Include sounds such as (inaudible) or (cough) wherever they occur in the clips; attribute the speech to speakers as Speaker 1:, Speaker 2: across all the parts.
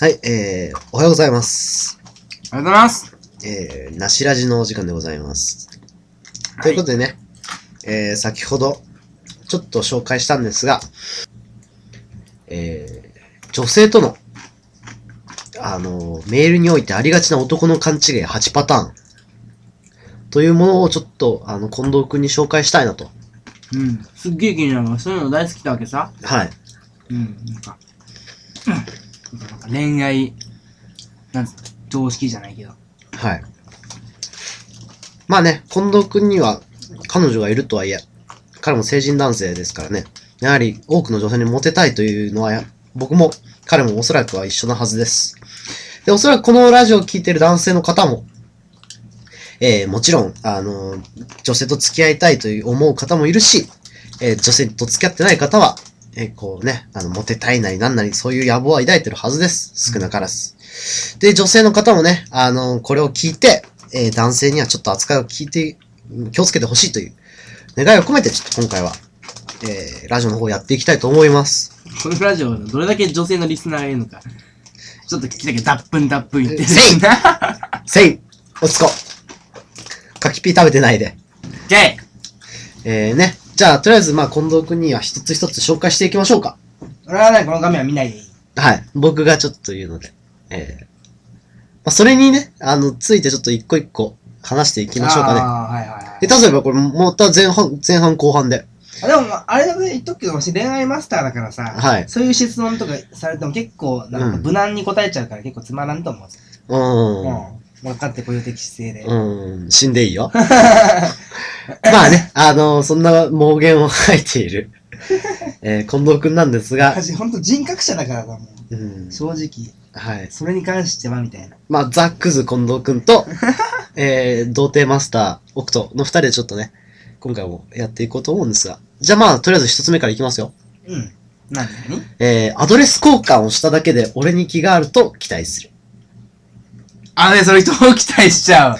Speaker 1: はい、えー、おはようございます。
Speaker 2: ありがとうございます。
Speaker 1: えー、なしらじのお時間でございます。
Speaker 2: は
Speaker 1: ということでね、えー、先ほど、ちょっと紹介したんですが、えー、女性との、あの、メールにおいてありがちな男の勘違い8パターン、というものをちょっと、あの、近藤くんに紹介したいなと。
Speaker 2: うん。すっげえ気になるのがそういうの大好きだわけさ。
Speaker 1: はい。
Speaker 2: うん。なんか、うんなんか恋愛、なんつうの常識じゃないけど。
Speaker 1: はい。まあね、近藤くんには彼女がいるとはいえ、彼も成人男性ですからね、やはり多くの女性にモテたいというのはや、僕も彼もおそらくは一緒なはずです。で、おそらくこのラジオを聴いてる男性の方も、えー、もちろん、あのー女性と付き合いたいという思う方もいるし、えー女性と付き合ってない方は、えーこうね、あの、モテたいなりなんなり、そういう野望は抱いてるはずです。少なからず。で、女性の方もね、あのこれを聞いて、えー男性にはちょっと扱いを聞いて、うん気をつけてほしいという願いを込めて、ちょっと今回は、えーラジオの方やっていきたいと思います。
Speaker 2: このラジオのどれだけ女性のリスナーがいるのか。ちょっと聞きたいけど、脱粉脱粉言ってる (laughs)
Speaker 1: せい
Speaker 2: な。
Speaker 1: せい落ち着こう柿ピー食べてないで。
Speaker 2: じゃい
Speaker 1: えー、ね。じゃあ、とりあえず、まあ、近藤くんには一つ一つ紹介していきましょうか。
Speaker 2: 俺はね、この画面は見ないでいい。
Speaker 1: はい。僕がちょっと言うので。えー、まあ、それにね、あの、ついてちょっと一個一個話していきましょうかね。
Speaker 2: ああ、はいはいは
Speaker 1: え、
Speaker 2: い。
Speaker 1: 例えばこれ、また前半、前半後半で。
Speaker 2: あでもまあ、あれだけ言っとくけど、私恋愛マスターだからさ、
Speaker 1: はい
Speaker 2: そういう質問とかされても結構、なんか無難に答えちゃうから結構つまらんと思う。
Speaker 1: うーん。
Speaker 2: うん。分かってこよ的姿勢で。
Speaker 1: うん、死んでいいよ。まあね、あのそんな盲言を吐いている、えー近藤くんなんですが、
Speaker 2: 私、ほんと人格者だからだもん。
Speaker 1: うん、
Speaker 2: 正直。
Speaker 1: はい。
Speaker 2: それに関しては、みたいな。
Speaker 1: まあ、ザックズ近藤くんと、えー、童貞マスター、奥斗の二人でちょっとね、今回もやっていこうと思うんですが。じゃあまあ、とりあえず一つ目からいきますよ。
Speaker 2: うん。なんだに
Speaker 1: えー、アドレス交換をしただけで俺に気があると期待する。
Speaker 2: あ、ね、それ人を期待しちゃう。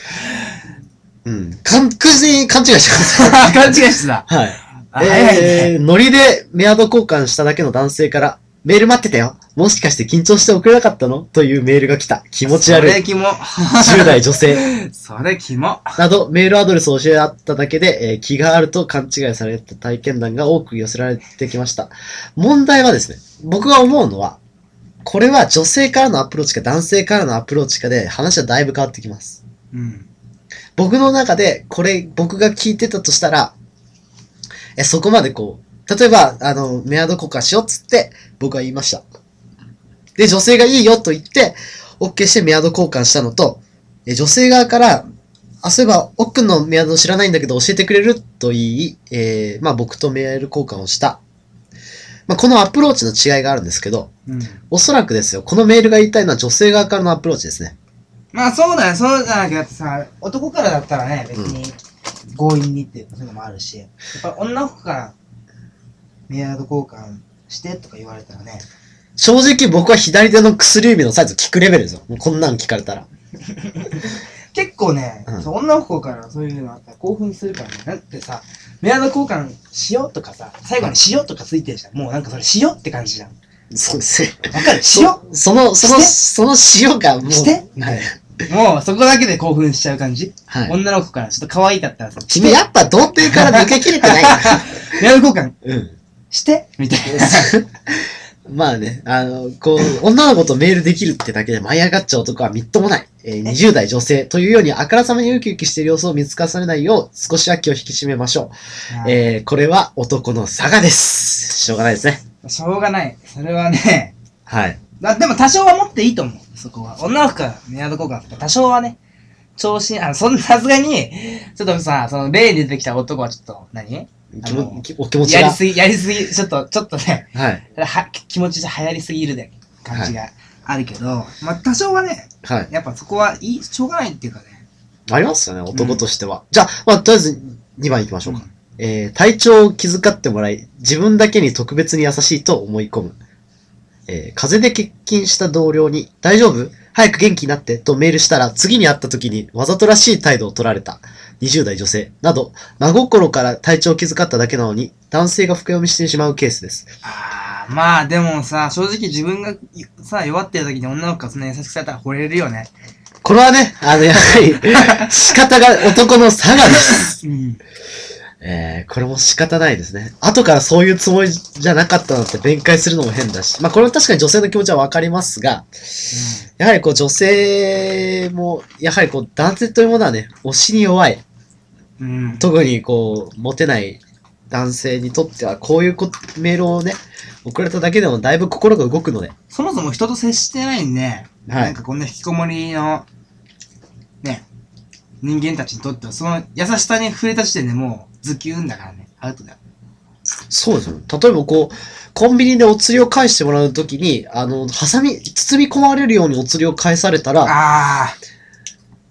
Speaker 1: う
Speaker 2: (laughs)
Speaker 1: ん。完全に勘違いしてます。
Speaker 2: 勘違いしてた。
Speaker 1: はい。
Speaker 2: あ
Speaker 1: えー、ノリでメアド交換しただけの男性から、メール待ってたよ。もしかして緊張して送れなかったのというメールが来た。気持ち悪い
Speaker 2: そ。れキモ。
Speaker 1: 10代女性。
Speaker 2: それキモ。
Speaker 1: など、メールアドレスを教え合っただけで、えー気があると勘違いされた体験談が多く寄せられてきました。問題はですね、僕が思うのは、これは女性からのアプローチか男性からのアプローチかで話はだいぶ変わってきます。
Speaker 2: うん。
Speaker 1: 僕の中で、これ、僕が聞いてたとしたら、え、そこまでこう、例えば、あの、メアド交換しようっつって、僕は言いました。で、女性がいいよと言って、OK してメアド交換したのと、え女性側から、あ、そういえば、奥のメアド知らないんだけど教えてくれると言い、えーまあ僕とメール交換をした。まあこのアプローチの違いがあるんですけど、
Speaker 2: うん。
Speaker 1: おそらくですよ、このメールが言いたいのは女性側からのアプローチですね。
Speaker 2: まあそうだよ、そうじゃなきゃだってさ、男からだったらね、別に強引にっていうそういうのもあるし、やっぱ女の子からメアド交換してとか言われたらね、
Speaker 1: 正直僕は左手の薬指のサイズ聞くレベルですよ。もうこんなん聞かれたら。
Speaker 2: 結構ね、
Speaker 1: うん
Speaker 2: そう女の子からそういうのあったら興奮するからね。だってさ、メアド交換しようとかさ、最後にしようとかついてるじゃん。もうなんかそれしようって感じじゃん。わ
Speaker 1: そうですね。
Speaker 2: かるしよ
Speaker 1: その、その、
Speaker 2: して
Speaker 1: その塩がもう。
Speaker 2: して
Speaker 1: はい。
Speaker 2: うもうそこだけで興奮しちゃう感じ、
Speaker 1: はい。
Speaker 2: 女の子からちょっと可愛いだったらさ、 (laughs) し
Speaker 1: 君
Speaker 2: て
Speaker 1: やっぱ童貞から抜けきれてない。
Speaker 2: (laughs) メアド交換
Speaker 1: うん。 (laughs)
Speaker 2: してみたいな。
Speaker 1: まあね、あの、こう、女の子とメールできるってだけで舞い上がっちゃう男はみっともない。えー20代女性というように、あからさまにウキウキしている様子を見つかされないよう、少しは気を引き締めましょう。えー、これは男の差がです。しょうがないですね。
Speaker 2: しょうがない。それはね、
Speaker 1: はい。
Speaker 2: だでも多少は持っていいと思う。そこは。女の子からメアド交換とか多少はね、調子、あの、そんなさすがに、ちょっとさ、その例に出てきた男はちょっと何、
Speaker 1: 気
Speaker 2: あの
Speaker 1: も、きお気持ち
Speaker 2: やり
Speaker 1: が。
Speaker 2: すぎ、やりすぎ、ちょっと、ちょっとね、
Speaker 1: はい。
Speaker 2: は気持ちじゃ流行りすぎるで、感じがあるけど、まあ多少はね、
Speaker 1: はい。
Speaker 2: やっぱそこはいい、しょうがないっていうかね。
Speaker 1: ありますよね、男としては。じゃあ、まあ、とりあえず2番行きましょうか。
Speaker 2: う
Speaker 1: えー、体調を気遣ってもらい、自分だけに特別に優しいと思い込む。えー、風邪で欠勤した同僚に、大丈夫早く元気になってとメールしたら、次に会った時にわざとらしい態度を取られた。20代女性など、真心から体調を気遣っただけなのに、男性が深読みしてしまうケースです。
Speaker 2: あー、まあでもさ、正直自分がさ、弱ってる時に女の子がそんな優しくされたら惚れるよね。
Speaker 1: これはね、あの、やはり、仕方が男の差がです。
Speaker 2: うん。
Speaker 1: えー、これも仕方ないですね。後からそういうつもりじゃなかったのって弁解するのも変だし。まあこれも確かに女性の気持ちはわかりますが、やはりこう女性も、やはりこう男性というものはね、推しに弱い。
Speaker 2: うん。
Speaker 1: 特にこう、モテない男性にとっては、こういうこメールをね、送られただけでもだいぶ心が動くので。
Speaker 2: そもそも人と接してないんで、なんかこんな引きこもりの、ね、人間たちにとっては、その優しさに触れた時点でもう、ズキューンだからね、アウトだよ。
Speaker 1: そうですよ。例えばこう、コンビニでお釣りを返してもらうときに、あの、ハサミ、包み込まれるようにお釣りを返されたら、
Speaker 2: あー、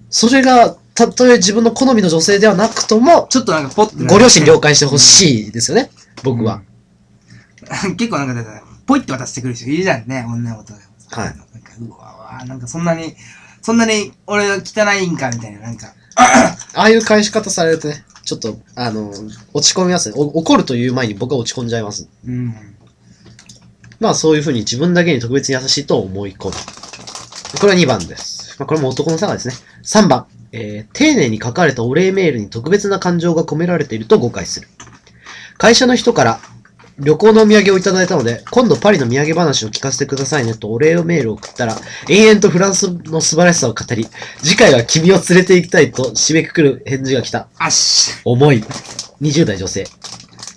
Speaker 1: それが、たとえ自分の好みの女性ではなくとも、
Speaker 2: ちょっとなんかポッて。
Speaker 1: ご両親了解してほしいですよね。僕は。
Speaker 2: うん。 (laughs) 結構なんかだから、ポイって渡してくる人いるじゃんね、女の子とかもさ。
Speaker 1: はい
Speaker 2: なんか、うわわ、なんかそんなに、そんなに俺が汚いんかみたいな、なんか。
Speaker 1: ああいう返し方されるとね、ちょっと、あの、落ち込みますね。お怒るという前に僕は落ち込んじゃいます。
Speaker 2: うん。
Speaker 1: まあそういうふうに自分だけに特別に優しいと思い込む。これは2番です。まあ、これも男の差がですね。3番、えー、丁寧に書かれたお礼メールに特別な感情が込められていると誤解する。会社の人から旅行のお土産をいただいたので、今度パリの土産話を聞かせてくださいねとお礼メールを送ったら、延々とフランスの素晴らしさを語り、次回は君を連れて行きたいと締めくくる返事が来た。
Speaker 2: あっし。
Speaker 1: 重い20代女性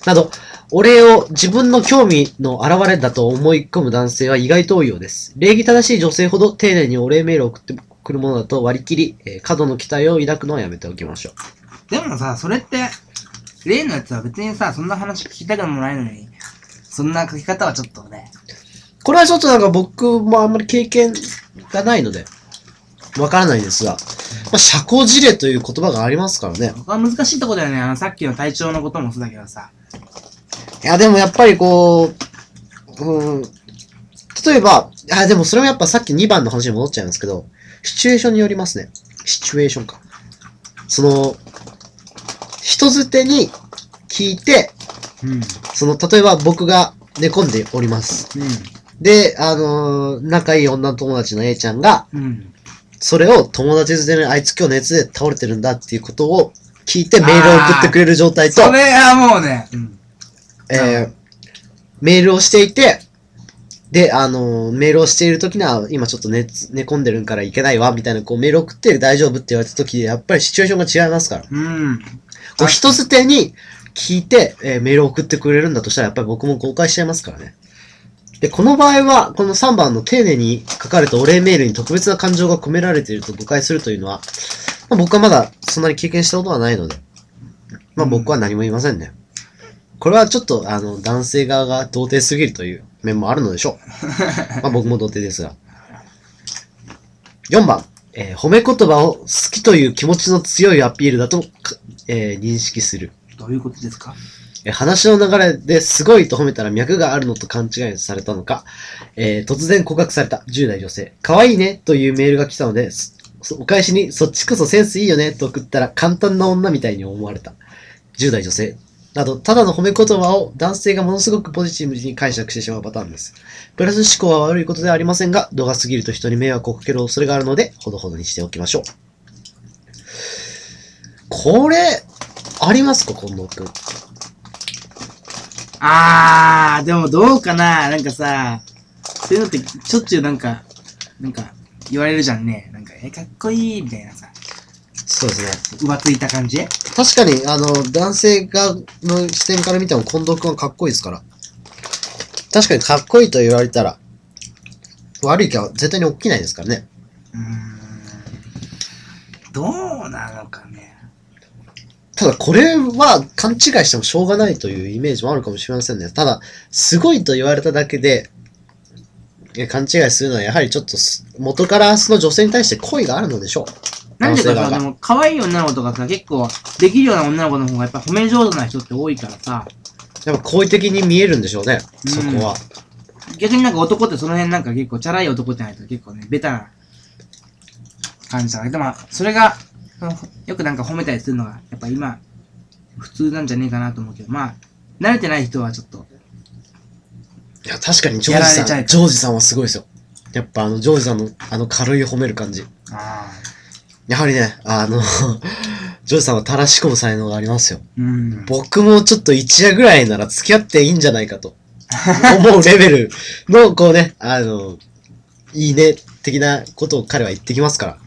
Speaker 1: など、お礼を自分の興味の表れだと思い込む男性は意外と多いようです。礼儀正しい女性ほど丁寧にお礼メールを送ってくるものだと割り切り、えー過度の期待を抱くのはやめておきましょう。
Speaker 2: でもさ、それって、例のやつは別にさ、そんな話聞きたくもないのに、そんな書き方はちょっとね、
Speaker 1: これはちょっとなんか僕もあんまり経験がないので、わからないですが、まあ、社交辞令という言葉がありますからね。
Speaker 2: 僕は難しいとこだよね。あの、さっきの体調のこともそうだけどさ。
Speaker 1: いや、でもやっぱりこう、うん、例えば、あ、でもそれもやっぱさっき2番の話に戻っちゃいますけど、シチュエーションによりますね。シチュエーションか。その、人づてに聞いて、
Speaker 2: うん。うん。
Speaker 1: その、例えば僕が寝込んでおります。で、あのー仲いい女の友達の A ちゃんが、
Speaker 2: うん。
Speaker 1: それを友達づてにあいつ今日熱で倒れてるんだっていうことを聞いてメールを送ってくれる状態と
Speaker 2: そ、れはもうね、うん。
Speaker 1: えーメールをしていて、で、あのーメールをしているときには、今ちょっと寝つ、寝込んでるからいけないわ、みたいな、こうメール送って大丈夫って言われたとき、やっぱりシチュエーションが違いますから。
Speaker 2: うん。
Speaker 1: こう人捨てに聞いて、えーメールを送ってくれるんだとしたら、やっぱり僕も公開しちゃいますからね。で、この場合は、この3番の丁寧に書かれたお礼メールに特別な感情が込められていると誤解するというのは、まあ、僕はまだそんなに経験したことはないので、まあ僕は何も言いませんね。これはちょっと、あの、男性側が童貞すぎるという面もあるのでしょう。まあ僕も童貞ですが。4番、えー褒め言葉を好きという気持ちの強いアピールだと、かえー認識する。
Speaker 2: どういうことですか
Speaker 1: えー話の流れですごいと褒めたら脈があるのと勘違いされたのか、えー突然告白された10代女性、可愛いねというメールが来たので、すそお返しにそっちこそセンスいいよねと送ったら簡単な女みたいに思われた10代女性など、ただの褒め言葉を男性がものすごくポジティブに解釈してしまうパターンです。プラス思考は悪いことではありませんが、度が過ぎると人に迷惑をかける恐れがあるので、ほどほどにしておきましょう。これ、ありますか近藤くん。
Speaker 2: あー、でもどうかななんかさ、そういうのってしょっちゅうなんか、なんか言われるじゃんね。なんか、え、かっこいいみたいなさ、
Speaker 1: そうですね。
Speaker 2: 浮ついた感じ
Speaker 1: 確かに、あの、男性が、の視点から見ても、近藤くんはかっこいいですから。確かにかっこいいと言われたら、悪い気は絶対に起きないですからね。
Speaker 2: うーん。どうなのかね。
Speaker 1: ただ、これは勘違いしてもしょうがないというイメージもあるかもしれませんね。ただ、すごいと言われただけで、え勘違いするのは、やはりちょっとす、元からその女性に対して恋があるのでしょう。
Speaker 2: なんでか
Speaker 1: 男性側
Speaker 2: さ、
Speaker 1: が
Speaker 2: でも、可愛い女の子とかさ、結構、できるような女の子の方がやっぱ褒め上手な人って多いからさ、
Speaker 1: やっぱ好意的に見えるんでしょうね、
Speaker 2: うん
Speaker 1: そこは。
Speaker 2: 逆になんか男ってその辺なんか結構チャラい男じゃないと結構ね、ベタな感じだね。でも、それが、そのよくなんか褒めたりするのが、やっぱ今、普通なんじゃねえかなと思うけど、まあ、慣れてない人はちょっと、
Speaker 1: いや、確かにジョージ
Speaker 2: やられちゃ
Speaker 1: さ、
Speaker 2: うん
Speaker 1: ジョージさんはすごいですよ。やっぱあの、ジョージさんのあの軽い褒める感じ。
Speaker 2: ああ。
Speaker 1: やはりね、あの、 (laughs) ジョージさんは垂らし込む才能がありますよ。
Speaker 2: うん。
Speaker 1: 僕もちょっと一夜ぐらいなら付き合っていいんじゃないかと思うレベルの、こうね、あの、いいね、的なことを彼は言ってきますから。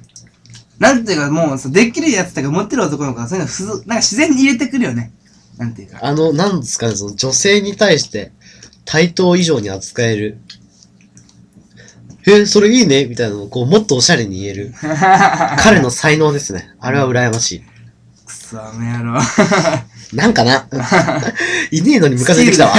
Speaker 2: なんていうか、もうさ、できるやつとか持ってる男の子が、そういうのふず、なんか自然に入れてくるよね。なんていうか。
Speaker 1: あの、なんですかね、その女性に対して対等以上に扱える。え、それいいねみたいなのをこう、もっとおしゃれに言える。彼の才能ですね。あれは羨まし
Speaker 2: くそ、あの野郎。
Speaker 1: い。なんかな (laughs) いねえのにムカついてきたわ。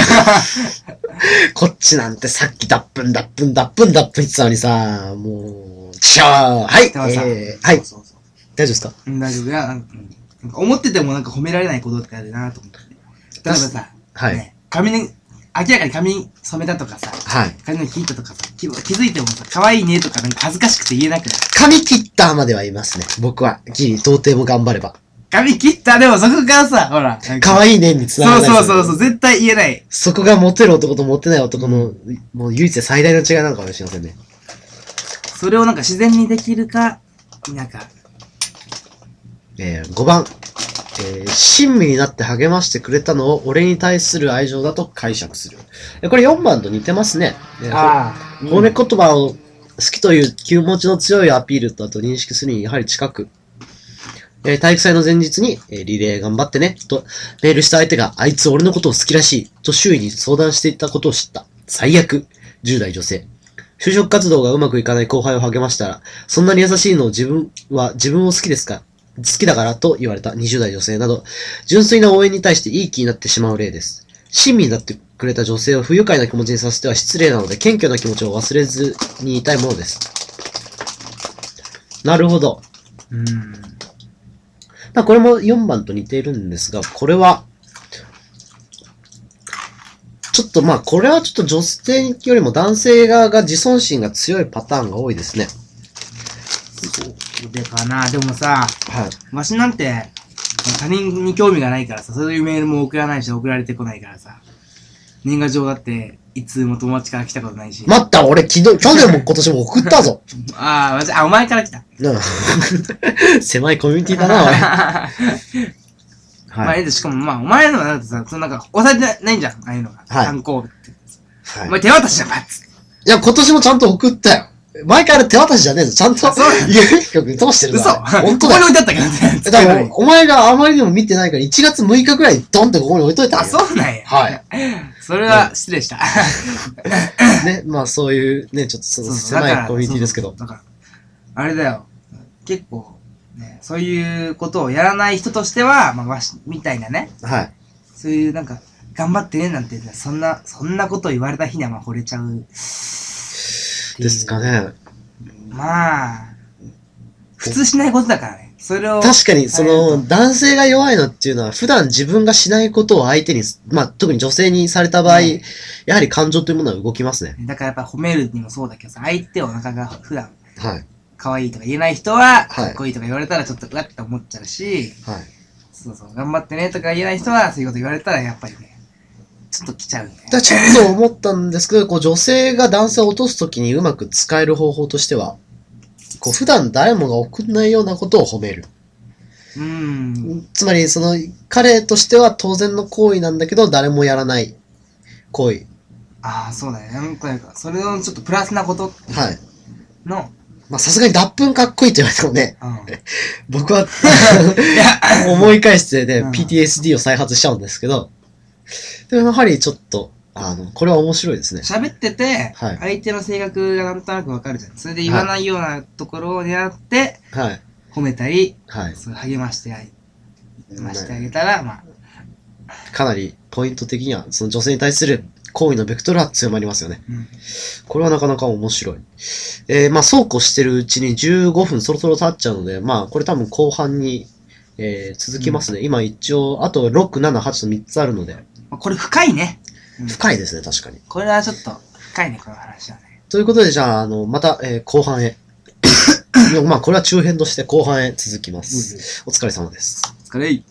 Speaker 1: こっちなんてさっき脱粉脱粉脱粉脱粉言ってたのにさ、もう、ちゃーはい、
Speaker 2: でもさ
Speaker 1: えーはい、
Speaker 2: そうそうそ
Speaker 1: 大丈夫ですか
Speaker 2: ううん大丈夫いや、なんかうんなんか思っててもなんか褒められないことってあるなと思って。例えばさ、
Speaker 1: はい、
Speaker 2: ね、髪に、明らかに髪に染めたとかさ、
Speaker 1: はい。
Speaker 2: 髪の毛切ったとかさ、気気づいてもさ、可愛いねとかなんか恥ずかしくて言えなくなる。
Speaker 1: 髪切ったまではいますね。僕は。ギリ、到底も頑張れば。
Speaker 2: 髪切ったでもそこからさ、ほら。なんか
Speaker 1: 可愛いねにつながらないです
Speaker 2: そ
Speaker 1: よ
Speaker 2: う
Speaker 1: ね
Speaker 2: そうそうそう、絶対言えない。
Speaker 1: そこがモテる男とモテない男の、もう唯一最大の違いなのかもしれませんね。
Speaker 2: それをなんか自然にできるか、なんか、
Speaker 1: えー、5番。えー、親身になって励ましてくれたのを俺に対する愛情だと解釈する。えこれ4番と似てますね。えー
Speaker 2: ああ、
Speaker 1: ほ褒め言葉を好きという気持ちの強いアピールだと認識するにやはり近く。えー体育祭の前日に、えーリレー頑張ってね、とメールした相手が、あいつ俺のことを好きらしい、と周囲に相談していたことを知った。最悪。10代女性。就職活動がうまくいかない後輩を励ましたら、そんなに優しいのを自分は、自分を好きですか好きだからと言われた20代女性など、純粋な応援に対していい気になってしまう例です。親身になってくれた女性を不愉快な気持ちにさせては失礼なので、謙虚な気持ちを忘れずにいたいものです。なるほど。
Speaker 2: うん。
Speaker 1: まあ、これも4番と似ているんですが、これは、ちょっとまあ、これはちょっと女性よりも男性側が自尊心が強いパターンが多いですね。
Speaker 2: そうでかな。でもさ、
Speaker 1: はい。
Speaker 2: わしなんて、他人に興味がないからさ、そういうメールも送らないし、送られてこないからさ、年賀状だって、いつも友達から来たことないし。
Speaker 1: 待った、俺、昨日、去年も今年も送ったぞ。
Speaker 2: ああ、わし、あ、お前から来た。
Speaker 1: なあ (laughs) 狭いコミュニティだな、おい。
Speaker 2: (laughs) まあ、
Speaker 1: はい。
Speaker 2: ええでしかも、まあ、お前のはだってさ、そのなんか、押さえてないんじゃん、ああいうのが。
Speaker 1: はい
Speaker 2: 参考日って。お
Speaker 1: はい、
Speaker 2: 前手渡しじゃん、バッツ。
Speaker 1: いや、今年もちゃんと送ったよ。毎回あれ手渡しじゃねえぞ。ちゃんと
Speaker 2: あそうな、の
Speaker 1: 郵便局に通してる
Speaker 2: 嘘
Speaker 1: から。本当
Speaker 2: ここ
Speaker 1: だよ。
Speaker 2: に (laughs) 置いてあったからね。
Speaker 1: だから、お前があまりにも見てないから、1月6日ぐらいにドンってここに置いといたん
Speaker 2: あ、
Speaker 1: よ
Speaker 2: そうなんや。 (laughs)
Speaker 1: はい。
Speaker 2: それは失礼した。
Speaker 1: ね、まあそういうね、ちょっとその狭いコミュニティですけど。
Speaker 2: だから、あれだよ。結構、ね、そういうことをやらない人としては、まあ、わし、みたいなね、
Speaker 1: はい。
Speaker 2: そういうなんか、頑張ってねなんて、そんな、そんなこと言われた日には、まあ、惚れちゃう。
Speaker 1: ですか。ね。
Speaker 2: まあ、普通しないことだからね。それを、
Speaker 1: 確かに、そ
Speaker 2: は
Speaker 1: の、
Speaker 2: い
Speaker 1: 男性が弱いのっていうのは、普段自分がしないことを相手に、まあ特に女性にされた場合、
Speaker 2: うん
Speaker 1: やはり感情というものは動きますね。
Speaker 2: だからやっぱ褒めるにもそうだけどさ、相手をなかなか普段、
Speaker 1: はい。
Speaker 2: 可愛いとか言えない人は、
Speaker 1: はい
Speaker 2: かっこいいとか言われたらちょっとうわって思っちゃうし、
Speaker 1: はい。
Speaker 2: そうそう、頑張ってねとか言えない人は、そういうこと言われたらやっぱりね、ちょっと来ちゃうね。
Speaker 1: だからちょっと思ったんですけど、こう女性が男性を落とすときにうまく使える方法としては、こう普段誰もが送んないようなことを褒める。
Speaker 2: うん。
Speaker 1: つまり、その、彼としては当然の行為なんだけど、誰もやらない行為。
Speaker 2: ああ、そうだね。なんか、それのちょっとプラスなこと
Speaker 1: はい。
Speaker 2: の、
Speaker 1: まあさすがに脱粉かっこいいって言われてもね、
Speaker 2: うん。
Speaker 1: 僕は
Speaker 2: いや、
Speaker 1: 思い返してね
Speaker 2: う、ん
Speaker 1: PTSD を再発しちゃうんですけど、でもやはりちょっと、あの、これは面白いですね。
Speaker 2: 喋ってて、
Speaker 1: はい
Speaker 2: 相手の性格がなんとなくわかるじゃん。それで言わないようなところを狙って、
Speaker 1: はい。
Speaker 2: 褒めたり、
Speaker 1: はい。
Speaker 2: そう励ましてあげ励ましてあげたら、まあ、
Speaker 1: かなりポイント的には、その女性に対する行為のベクトルは強まりますよね。
Speaker 2: うん。
Speaker 1: これはなかなか面白い。えー、まあそうこうしてるうちに15分そろそろ経っちゃうので、まあこれ多分後半に、えー続きますね。今一応、あと6、7、8と3つあるので、
Speaker 2: まあこれ深いね。うん
Speaker 1: 深いですね、確かに。
Speaker 2: これはちょっと深いね、この話はね。
Speaker 1: ということで、じゃあ、あの、また、えー後半へ。いやまあ、これは中編として後半へ続きます。お疲れ様です。
Speaker 2: お疲れ。